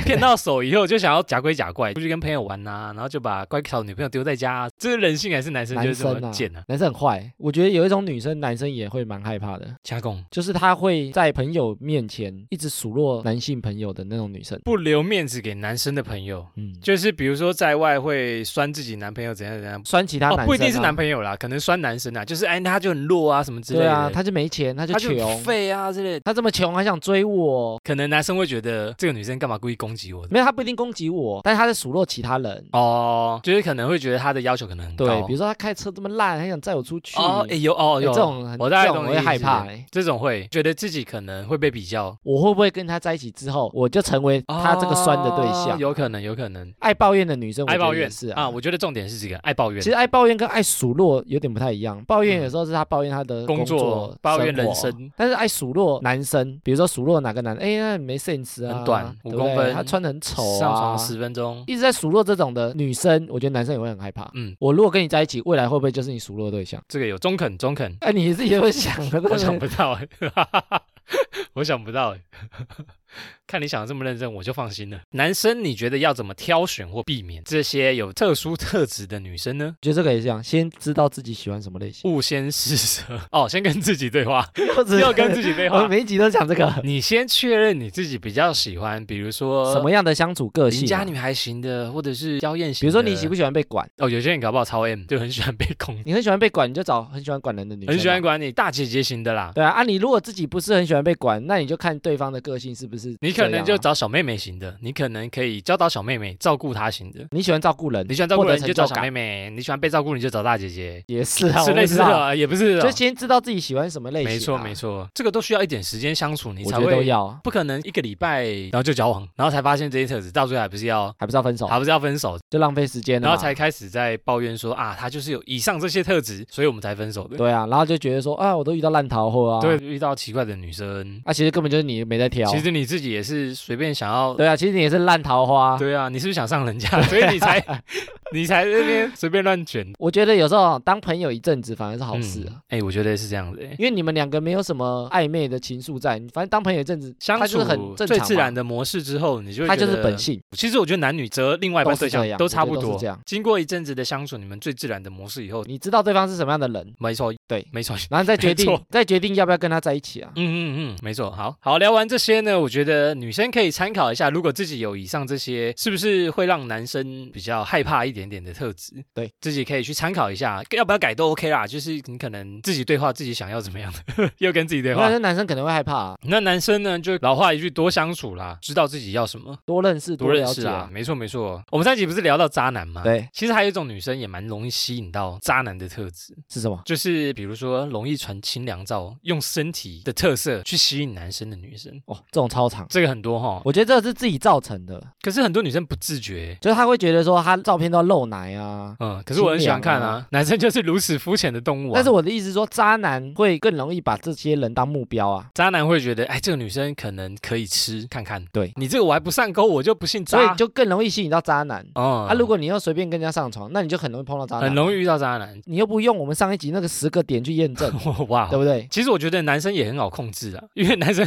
S1: 骗到手以后就想要假鬼假怪，出去跟朋友玩呐、然后就把乖巧女朋友丢在家、啊，这是人性还是男生就
S2: 男
S1: 是这
S2: 生
S1: 么
S2: 啊
S1: 贱啊？，
S2: 男生很坏。我觉得有一种女生，男生也会蛮害怕的。
S1: 加工
S2: 就是她会在朋友面前一直数落男性朋友的那种女生。
S1: 不留面子给男生的朋友，
S2: 嗯，
S1: 就是比如说在外会酸自己男朋友怎样怎样。
S2: 酸其他男生、啊
S1: 哦，不一定是男。朋友啦，可能酸男生啊，就是哎，他就很弱啊，什么之类的。
S2: 对啊，他就没钱，他就
S1: 他就
S2: 穷，
S1: 很废啊之类的。
S2: 他这么穷还想追我？
S1: 可能男生会觉得这个女生干嘛故意攻击我？
S2: 没有，他不一定攻击我，但是他在数落其他人。
S1: 哦，就是可能会觉得他的要求可能很高。
S2: 对，比如说他开车这么烂，还想载我出去。
S1: 哦，哎
S2: 哎
S1: 有哦有
S2: 这种很
S1: 我大概
S2: 这
S1: 懂
S2: 种
S1: 你
S2: 我
S1: 意
S2: 会
S1: 思
S2: 害怕、欸。
S1: 这种会觉得自己可能会被比较，
S2: 我会不会跟他在一起之后，我就成为他这个酸的对
S1: 哦
S2: 象？
S1: 有可能，有可能
S2: 爱抱怨的女生，
S1: 爱抱怨
S2: 是
S1: 啊。我觉得重点是这个爱抱怨，
S2: 其实爱抱怨跟爱数落有点不太一样，抱怨
S1: 嗯
S2: 有时候是他抱怨他的
S1: 工
S2: 作、
S1: 作抱怨
S2: 生活
S1: 人生，
S2: 但是爱数落男生，比如说数落哪个男，哎，那你没 sense 啊，
S1: 很短
S2: 对
S1: 五
S2: 不
S1: 公
S2: 对
S1: 分
S2: 他穿的很丑啊，
S1: 上床十分钟，
S2: 一直在数落这种的女生，我觉得男生也会很害怕。
S1: 嗯，
S2: 我如果跟你在一起，未来会不会就是你数落的 对象？
S1: 这个有中肯中肯，
S2: 哎，你自己也会想，对不
S1: 我想
S2: 对
S1: 不到欸，我想不到欸， 看你想的这么认真，我就放心了。男生，你觉得要怎么挑选或避免这些有特殊特质的女生呢？
S2: 我觉得这个也是这样，先知道自己喜欢什么类型，
S1: 勿先试射 哦，先跟自己对话，
S2: 又只
S1: 要跟自己对
S2: 我
S1: 话
S2: 们。每一集都讲这个，
S1: 你先确认你自己比较喜欢，比如说
S2: 什么样的相处个
S1: 呃邻
S2: 性
S1: 家
S2: 啊？
S1: 女孩型的，或者是妖艳型的。
S2: 比如说你喜不喜欢被管？
S1: 哦，有些人搞不好超 M，就很喜欢被控，
S2: 你很喜欢被管，你就找很喜欢管人 的女生啊，
S1: 很喜欢管你大姐姐型的啦。
S2: 对啊，啊，你如果自己不是很喜欢被管，那你就看对方的个性是不是、啊
S1: 你可能就，找小妹妹型的，你可能可以教导小妹妹，照顾她型的。
S2: 你喜欢照顾人，
S1: 你喜欢照顾人，
S2: 获
S1: 你
S2: 得
S1: 就找
S2: 成就
S1: 小
S2: 感
S1: 妹妹；你喜欢被照顾，你就找大姐姐。
S2: 也是啊，
S1: 是
S2: 我
S1: 类
S2: 不
S1: 似
S2: 知道，
S1: 的，也不是的
S2: 就，先知道自己喜欢什么类型、啊，
S1: 没错没，错，这个都需要一点时间相处，你
S2: 我
S1: 才
S2: 觉得都
S1: 会。
S2: 要啊，
S1: 不可能一个礼拜，然后就交往，然后才发现这些特质，到最后还不是要，
S2: 还不是要分手，
S1: 还不是要分手，
S2: 就浪费时间了啊
S1: 然
S2: 嘛，
S1: 后才开始在抱怨说啊，他就是有以上这些特质，所以我们才分手的。
S2: 对啊，然后就觉得说啊，我都遇到烂桃花啊，
S1: 对，，遇到奇怪的女生，
S2: 啊，其实根本就是你没在挑，
S1: 其实你自己也是随便想要。
S2: 对啊，其实你也是烂桃花。
S1: 对啊，你是不是想上人家？所以你才 你才在那边随便乱卷
S2: 我觉得有时候当朋友一阵子反而是好事啊，。
S1: 嗯哎、我觉得是这样子、哎
S2: 因为你们两个没有什么暧昧的情愫在，反正当朋友一阵子，
S1: 相
S2: 他
S1: 处
S2: 就是很正常
S1: 最
S2: 嘛
S1: 自然，的模式之后，你就会
S2: 他就
S1: 觉
S2: 是
S1: 得
S2: 本。性。
S1: 其实我觉得男女择另外一半对
S2: 都是这
S1: 象
S2: 样
S1: 都差不
S2: 我觉得都
S1: 多
S2: 是这样。
S1: 经过一阵子的相处，你们最自然的模式以后，
S2: 你知道对方是什么样的人，
S1: 没错，
S2: 对，
S1: 没错。
S2: 然后再决
S1: 没
S2: 定
S1: 错
S2: 再决定要不要跟他在一起啊。
S1: 嗯嗯嗯，没错。好好聊完这些呢，我觉得女生可以参考一下，如果自己有以上这些，是不是会让男生比较害怕一点点的特质？
S2: 对，
S1: 自己可以去参考一下，要不要改都 OK 啦。就是你可能自己对话自己想要怎么样的， 又跟自己对话
S2: 那。男生可能会害怕、啊，
S1: 那男生呢，就老话一句，多相处啦，知道自己要什么，
S2: 多认识
S1: 多认
S2: 了
S1: 识
S2: 解
S1: 啊。。没错没错，我们上一集不是聊到渣男吗？。
S2: 对，
S1: 其实还有一种女生也蛮容易吸引到渣男的特质，
S2: 是什么？
S1: 就是比如说容易传清凉照，用身体的特色去吸引男生的女生。
S2: 哦，这种超长，
S1: 这个很多哈，
S2: 我觉得这是自己造成的，
S1: 可是很多女生不自觉。
S2: 就是他会觉得说他照片都要露奶啊。
S1: 嗯，可是我很喜欢看啊，男生就是如此肤浅的动物、啊。
S2: 但是我的意思是说，渣男会更容易把这些人当目标啊，
S1: 渣男会觉得，哎，这个女生可能可以吃看看。
S2: 对
S1: 你这个我还不上钩，我就不信渣。
S2: 所以就更容易吸引到渣男。
S1: 哦、
S2: 啊，如果你又随便跟人家上床，那你就很容易碰到渣男，
S1: 很容易遇到渣男，
S2: 你又不用我们上一集那个十个点去验证，
S1: 哇
S2: 对。不对？
S1: 其实我觉得男生也很好控制啊，因为男生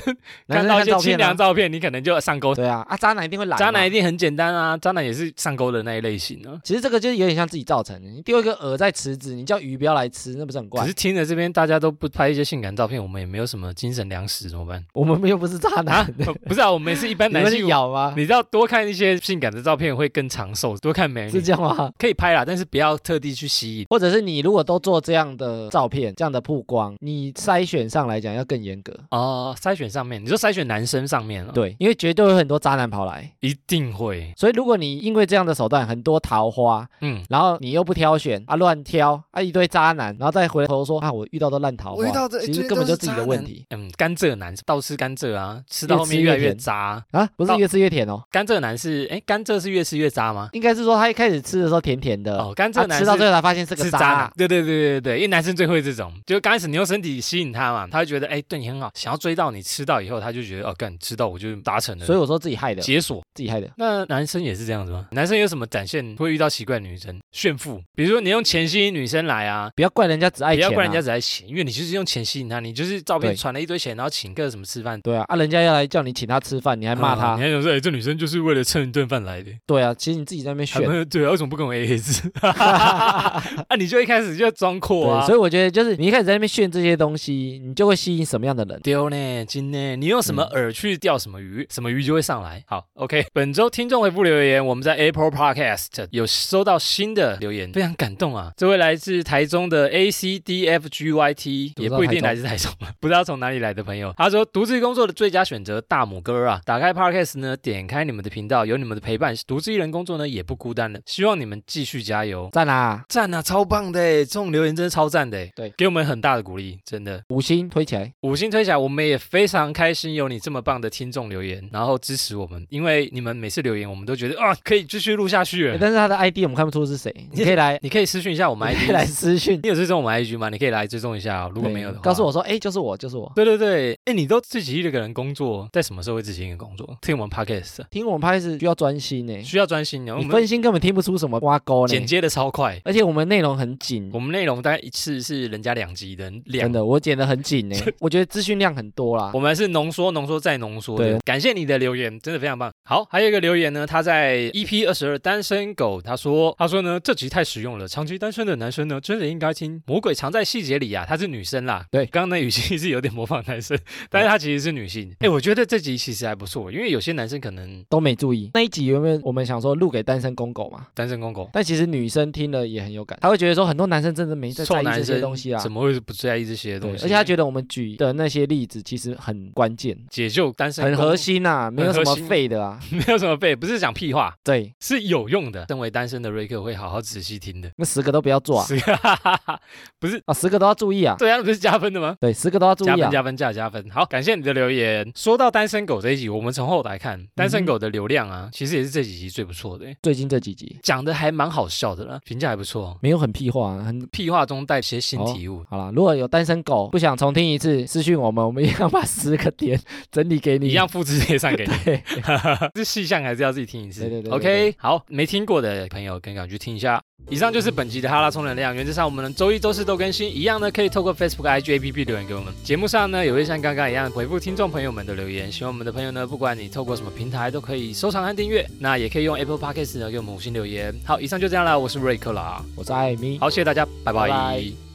S1: 看
S2: 男生
S1: 到一些
S2: 照
S1: 清
S2: 片
S1: 凉
S2: 啊，
S1: 照片，你可能就上钩。
S2: 对啊，啊，渣男一定会来嘛。
S1: 渣男一定很简单啊，渣男也是上钩的那一类型啊。
S2: 其实这个就是有点像自己造成的，你丢一个饵在池子，你叫鱼不要来吃，那不是很
S1: 可
S2: 怪
S1: 是？听着这边大家都不拍一些性感照片，我们也没有什么精神粮食，怎么办
S2: 我们又不是渣
S1: 啊
S2: 男，？
S1: 呃不是啊，我们也是一般
S2: 你
S1: 男
S2: 们
S1: 性
S2: 是。咬吗？
S1: 你知道多看一些性感的照片会更长寿，多看美
S2: 是
S1: 女
S2: 这样吗？
S1: 可以拍啦，但是不要特地去吸引。
S2: 或者是你如果都做这样的照片、这样的曝光，你筛选上来讲要更严格。
S1: 哦，筛选上面，你说筛选男生上面了、，啊
S2: 对，因为绝对有很多渣男跑来，
S1: 一定会，
S2: 所以如果你因为这样的手段很多桃花，
S1: 嗯，
S2: 然后你又不挑选啊，乱挑啊，一堆渣男，然后再回头说啊，我遇到的烂桃花，其实根本就自己的问题，
S1: 嗯，甘蔗男倒吃甘蔗啊，吃到
S2: 越
S1: 后面
S2: 吃
S1: 越
S2: 越
S1: 来越
S2: 甜
S1: 渣。
S2: 啊，不是
S1: 到
S2: 越吃越甜哦，
S1: 甘蔗男是，哎，甘蔗是越吃越渣吗？
S2: 应该是说他一开始吃的时候甜甜的，
S1: 哦，甘
S2: 啊
S1: 蔗男
S2: 吃到
S1: 是
S2: 最后才发现是个
S1: 是
S2: 渣，
S1: 渣男，对对对对对，因为男生最会这种，就刚开始你用身体吸引他嘛，他会觉得哎、对你很好，想要追到你，吃到以后他就觉得哦，干吃到我就达成了，
S2: 所以我说自己害的，
S1: 解锁。
S2: 自己害的。
S1: 那男生也是这样子吗？男生有什么展现会遇到奇怪的女生炫富？比如说你用钱吸引女生来啊。
S2: 不要怪人家只爱
S1: 不
S2: 钱、啊，
S1: 要怪人家只爱钱，因为你就是用钱吸引他，你就是照片
S2: 对
S1: 传了一堆钱，然后请客什么吃饭，
S2: 对啊，啊，人家要来叫你请他吃饭，你还骂他，
S1: 啊你还想说，哎、这女生就是为了蹭一顿饭来的，
S2: 对啊，其实你自己在那边
S1: 还
S2: 选
S1: 不，对啊，为什么不跟我 A A 制？ 啊，你就一开始就装阔
S2: 对，
S1: 啊
S2: 所，以我觉得就是你一开始在那边炫这些东西，你就会吸引什么样的人？
S1: 丢呢，金呢，你用什么饵去钓什么鱼，什么鱼就会上来。好，OK，本 周听众回复留言，我们在 Apple Podcast 有收到新的留言，非常感动啊！这位来自台中的 A C D F G Y T，
S2: 读
S1: 也
S2: 到
S1: 不一定
S2: 台中
S1: 来自台中，啊 不知道从哪里来的朋友，他说独自工作的最佳选择大拇哥啊！打开 Podcast 呢，点开你们的频道，有你们的陪伴，独自一人工作呢也不孤单了。希望你们继续加油。
S2: 赞啊，
S1: 赞啊，超棒的耶！这种留言真的超赞的耶，欸
S2: 对
S1: 给我们很大的鼓励，真的。
S2: 五星推起来，
S1: 五星推起来，我们也非常开心有你这么棒的听众留言，然后支持我们，因为你们每次留言，我们都觉得啊，可以继续录下去
S2: 欸
S1: 了。
S2: 但是他的 ID 我们看不出是谁，你可以 来，
S1: 你可以私讯一下我们
S2: 你可以 来
S1: IG，
S2: 私讯，
S1: 你有追踪我们 IG 吗？你可以来追踪一下、 哦，如果没有的话，
S2: 告
S1: 我。
S2: 诉我说，哎、就是我，就是我。
S1: 对对对，哎，你都自己一个人工作，在什么时候会自己一个人工作？听我们 podcast
S2: 听我们拍是需要专心呢、
S1: 需要专心哦，我
S2: 你
S1: 们
S2: 分心根本听不出什么挖沟呢
S1: 剪，接的超快，
S2: 而且我们内容很紧
S1: 我，们内容大概一次是人家两集的两
S2: 真。的，我剪得很 紧呢、我觉得资讯量很多啦
S1: 我。们是浓缩、浓缩再浓缩的
S2: 对。
S1: 感谢你的留言，真的非常棒。好，还有一个留言呢，他在 EP 二十二单身狗，他说，他说呢，这集太实用了，长期单身的男生呢，真的应该听《魔鬼藏在细节里》啊，她是女生啦。
S2: 对
S1: 刚刚那语气是有点模仿男生，但是她其实是女性。哎，我觉得这集其实还不错，因为有些男生可能
S2: 都没注意那一集有没有？我们想说录给单身公狗嘛，
S1: 单身公狗。
S2: 但其实女生听了也很有感，她会觉得说很多男生真的没在
S1: 臭
S2: 在意
S1: 男
S2: 这些
S1: 生
S2: 东西啊
S1: 怎，么会不在意这些
S2: 对，
S1: 东
S2: 而
S1: 西？
S2: 且她觉得我们举的那些例子其实很关键，
S1: 解救单身
S2: 很
S1: 公
S2: 核，心呐、没有什
S1: 核
S2: 么
S1: 心
S2: 废的啊。
S1: 没有什么背，不是讲屁话，
S2: 对，
S1: 是有用的。身为单身的瑞克会好好仔细听的。
S2: 那十个都不要做啊，
S1: 是，哈哈哈，不是
S2: 啊，十个都要注意啊。
S1: 对啊，不是加分的吗？
S2: 对，十个都要注
S1: 加
S2: 意
S1: 分
S2: 啊。
S1: 加分加加分，好，感谢你的留言。说到单身狗这一集，我们从后台看单
S2: 嗯
S1: 身狗的流量啊，其实也是这几集最不错的欸，
S2: 最近这几集
S1: 讲的还蛮好笑的啦，评价还不错。
S2: 没有很屁话、啊，很
S1: 屁话中带些新
S2: 哦
S1: 体悟，
S2: 好啦。如果有单身狗不想重听一次，私讯我们，我们一样把十个点 整理给你。
S1: 一样复制贴 上给你。
S2: 对，
S1: 这细项还是要自己听一次。
S2: 对对对对
S1: OK，好，没听过的朋友可以赶快去听一下。以上就是本集的哈拉充能量，原则上我们周一、周四都更新，一样呢可以透过 Facebook、IG、APP 留言给我们。节目上呢也会像刚刚一样回复听众朋友们的留言。喜欢我们的朋友呢，不管你透过什么平台都可以收藏和订阅，那也可以用 Apple Podcast 呢给我们五星留言。好，以上就这样啦，我是瑞克啦，
S2: 我是艾米。
S1: 好，谢谢大家，拜
S2: 拜拜